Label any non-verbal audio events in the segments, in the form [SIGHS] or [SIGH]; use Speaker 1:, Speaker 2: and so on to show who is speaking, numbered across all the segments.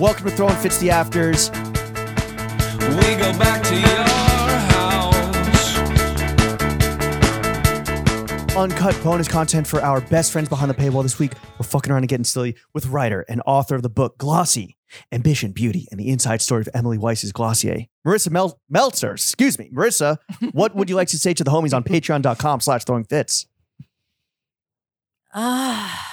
Speaker 1: Welcome to Throwing Fits the Afters.
Speaker 2: We go back to your house.
Speaker 1: Uncut bonus content for our best friends behind the paywall this week. We're fucking around and getting silly with writer and author of the book Glossy, Ambition, Beauty, and the Inside Story of Emily Weiss's Glossier. Marissa Mel- Meltzer, excuse me. Marissa, what would you like to say to the homies on patreon.com slash throwing fits?
Speaker 3: [SIGHS] Ah.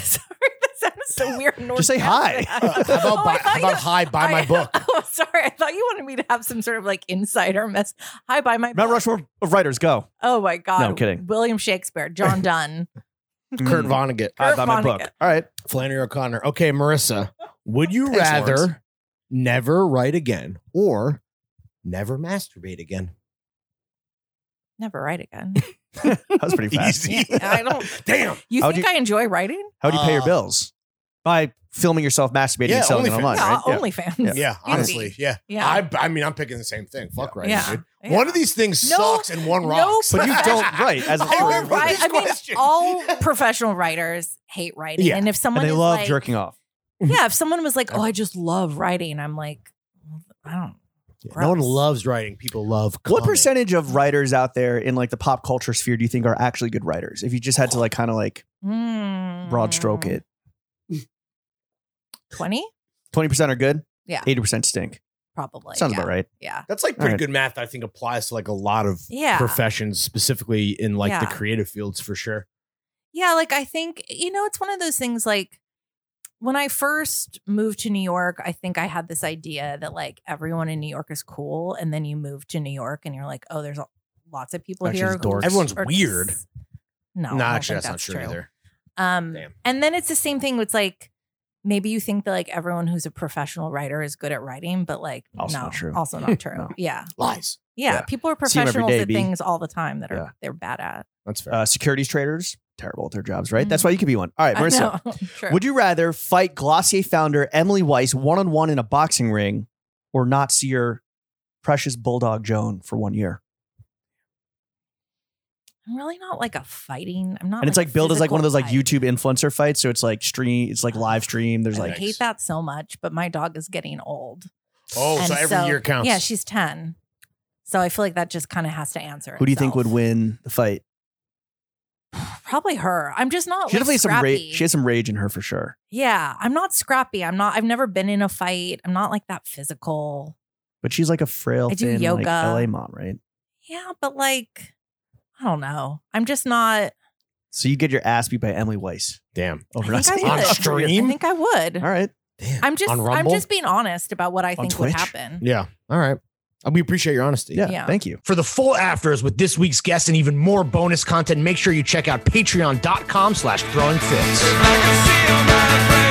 Speaker 3: Sorry, that sounded so weird. and
Speaker 1: Just say
Speaker 3: [LAUGHS]
Speaker 1: hi.
Speaker 3: organic.
Speaker 4: Uh, how about,
Speaker 3: Oh, I
Speaker 4: buy,
Speaker 3: thought
Speaker 4: how about
Speaker 3: you-
Speaker 4: hi, buy my
Speaker 3: [LAUGHS] I-
Speaker 4: book?
Speaker 3: Oh, sorry. I thought you wanted me to have some sort of like insider mess. Hi, buy my
Speaker 1: Mount
Speaker 3: book.
Speaker 1: Rushmore of writers, go.
Speaker 3: Oh my God.
Speaker 1: No, I'm kidding.
Speaker 3: William Shakespeare,
Speaker 1: [LAUGHS]
Speaker 3: John Donne.
Speaker 4: Kurt Vonnegut,
Speaker 1: I buy my
Speaker 3: Vonnegut.
Speaker 1: book. All right.
Speaker 4: Flannery O'Connor. Okay, Marissa, would you
Speaker 1: Thanks,
Speaker 4: rather
Speaker 1: Lawrence.
Speaker 4: never write again or never masturbate again?
Speaker 3: Never
Speaker 1: [LAUGHS]
Speaker 3: write again.
Speaker 1: That was
Speaker 4: [LAUGHS]
Speaker 1: pretty fast.
Speaker 3: I don't.
Speaker 4: Damn.
Speaker 3: You
Speaker 1: How would
Speaker 3: think I enjoy writing?
Speaker 1: How do you pay your
Speaker 4: Uh,
Speaker 1: bills? By filming yourself masturbating
Speaker 4: Yeah,
Speaker 1: and selling it
Speaker 4: OnlyFans.
Speaker 1: online,
Speaker 3: Yeah,
Speaker 1: right? Yeah.
Speaker 3: OnlyFans.
Speaker 1: Yeah.
Speaker 4: Yeah,
Speaker 3: You'd
Speaker 4: honestly.
Speaker 3: be-
Speaker 4: Yeah.
Speaker 3: Yeah.
Speaker 4: I, I mean, I'm picking the same thing. Fuck right.
Speaker 3: Yeah.
Speaker 4: Dude.
Speaker 3: Yeah.
Speaker 4: One of these things
Speaker 3: No-
Speaker 4: sucks and one
Speaker 3: no
Speaker 4: rocks.
Speaker 1: But you
Speaker 4: [LAUGHS]
Speaker 1: don't write as a
Speaker 4: I
Speaker 1: free-
Speaker 3: all
Speaker 4: remember
Speaker 3: write-
Speaker 4: this
Speaker 3: I mean,
Speaker 4: question.
Speaker 1: [LAUGHS]
Speaker 3: all professional writers hate writing,
Speaker 4: Yeah.
Speaker 3: and if someone
Speaker 1: And they
Speaker 3: is
Speaker 1: love
Speaker 3: like,
Speaker 1: jerking off.
Speaker 3: yeah, if someone was like, "Oh, I just love writing," I'm like, I don't.
Speaker 4: Yeah, No one
Speaker 3: gross.
Speaker 4: loves writing. People love
Speaker 1: What
Speaker 4: comedy.
Speaker 1: percentage of writers out there in like the pop culture sphere do you think are actually good writers? If you just had to like kind of like broad stroke
Speaker 3: Mm.
Speaker 1: it,
Speaker 3: Hmm, Twenty,
Speaker 1: twenty percent are good.
Speaker 3: Yeah.
Speaker 1: eighty percent stink.
Speaker 3: probably.
Speaker 1: Sounds
Speaker 3: yeah.
Speaker 1: about right.
Speaker 3: Yeah.
Speaker 4: That's like pretty
Speaker 1: Alright.
Speaker 4: good math. I think applies to like a lot of
Speaker 3: Yeah.
Speaker 4: professions, specifically in like the
Speaker 3: Yeah.
Speaker 4: creative fields for sure.
Speaker 3: Yeah, like I think, you know, it's one of those things like when I first moved to New York, I think I had this idea that like everyone in New York is cool. And then you move to New York and you're like, oh, there's lots of people
Speaker 1: Actually,
Speaker 3: here.
Speaker 1: it's
Speaker 3: who
Speaker 1: dorks.
Speaker 4: Everyone's
Speaker 3: are-
Speaker 4: weird.
Speaker 3: No,
Speaker 4: no,
Speaker 3: I don't
Speaker 4: actually,
Speaker 3: think
Speaker 4: that's, not true, either.
Speaker 3: Um,
Speaker 4: Damn.
Speaker 3: and then it's the same thing with like, maybe you think that like everyone who's a professional writer is good at writing, but like,
Speaker 1: Also
Speaker 3: no,
Speaker 1: not true. [LAUGHS]
Speaker 3: also not true.
Speaker 1: No.
Speaker 3: yeah.
Speaker 4: Lies.
Speaker 3: yeah.
Speaker 1: Yeah.
Speaker 3: People are
Speaker 1: See 'em every
Speaker 3: professionals
Speaker 1: day,
Speaker 3: at
Speaker 1: B.
Speaker 3: things all the time that are
Speaker 1: Yeah.
Speaker 3: they're bad at.
Speaker 4: That's fair.
Speaker 1: Uh, securities traders terrible at their jobs, right? That's why you could be one. All right,
Speaker 3: Mm. [LAUGHS] I
Speaker 1: Marissa,
Speaker 3: know. True.
Speaker 1: would you rather fight Glossier founder Emily Weiss one on one in a boxing ring, or not see your precious bulldog Joan for one year?
Speaker 3: I'm really not like a fighting. I'm not.
Speaker 1: And it's like built as like one of those like
Speaker 3: physical
Speaker 1: YouTube influencer fights, so it's like stream, it's like live stream. There's
Speaker 3: type. I
Speaker 1: like
Speaker 3: hate that so much, but my dog is getting old.
Speaker 4: oh,
Speaker 3: And
Speaker 4: so every year counts.
Speaker 3: Yeah, she's ten, so I feel like that just kind of has to answer.
Speaker 1: who do you think would
Speaker 3: itself.
Speaker 1: win the fight?
Speaker 3: [SIGHS] Probably her. I'm just not.
Speaker 1: She
Speaker 3: like,
Speaker 1: definitely has some rage.
Speaker 3: scrappy.
Speaker 1: She has some rage in her for sure.
Speaker 3: yeah, I'm not scrappy. I'm not. I've never been in a fight. I'm not like that physical.
Speaker 1: But she's like a frail,
Speaker 3: I do
Speaker 1: thin, like
Speaker 3: yoga.
Speaker 1: LA mom, right?
Speaker 3: Yeah, but like, I don't know. I'm just not.
Speaker 1: So you get your ass beat by Emily Weiss
Speaker 4: Damn.
Speaker 1: over
Speaker 3: I think I
Speaker 4: on
Speaker 3: would. I
Speaker 4: stream.
Speaker 3: think I
Speaker 1: [LAUGHS]
Speaker 3: would.
Speaker 1: All right,
Speaker 4: Damn.
Speaker 3: I'm just.
Speaker 4: on
Speaker 3: I'm
Speaker 4: Rumble.
Speaker 3: just being honest about what I think would
Speaker 1: Twitch?
Speaker 3: happen.
Speaker 4: Yeah. All right. Uh, We appreciate your honesty.
Speaker 1: yeah,
Speaker 3: Yeah.
Speaker 1: thank you.
Speaker 4: For the full afters with this week's guest and even more bonus content, make sure you check out patreon.com slash throwing fits.
Speaker 2: I can see all my friends.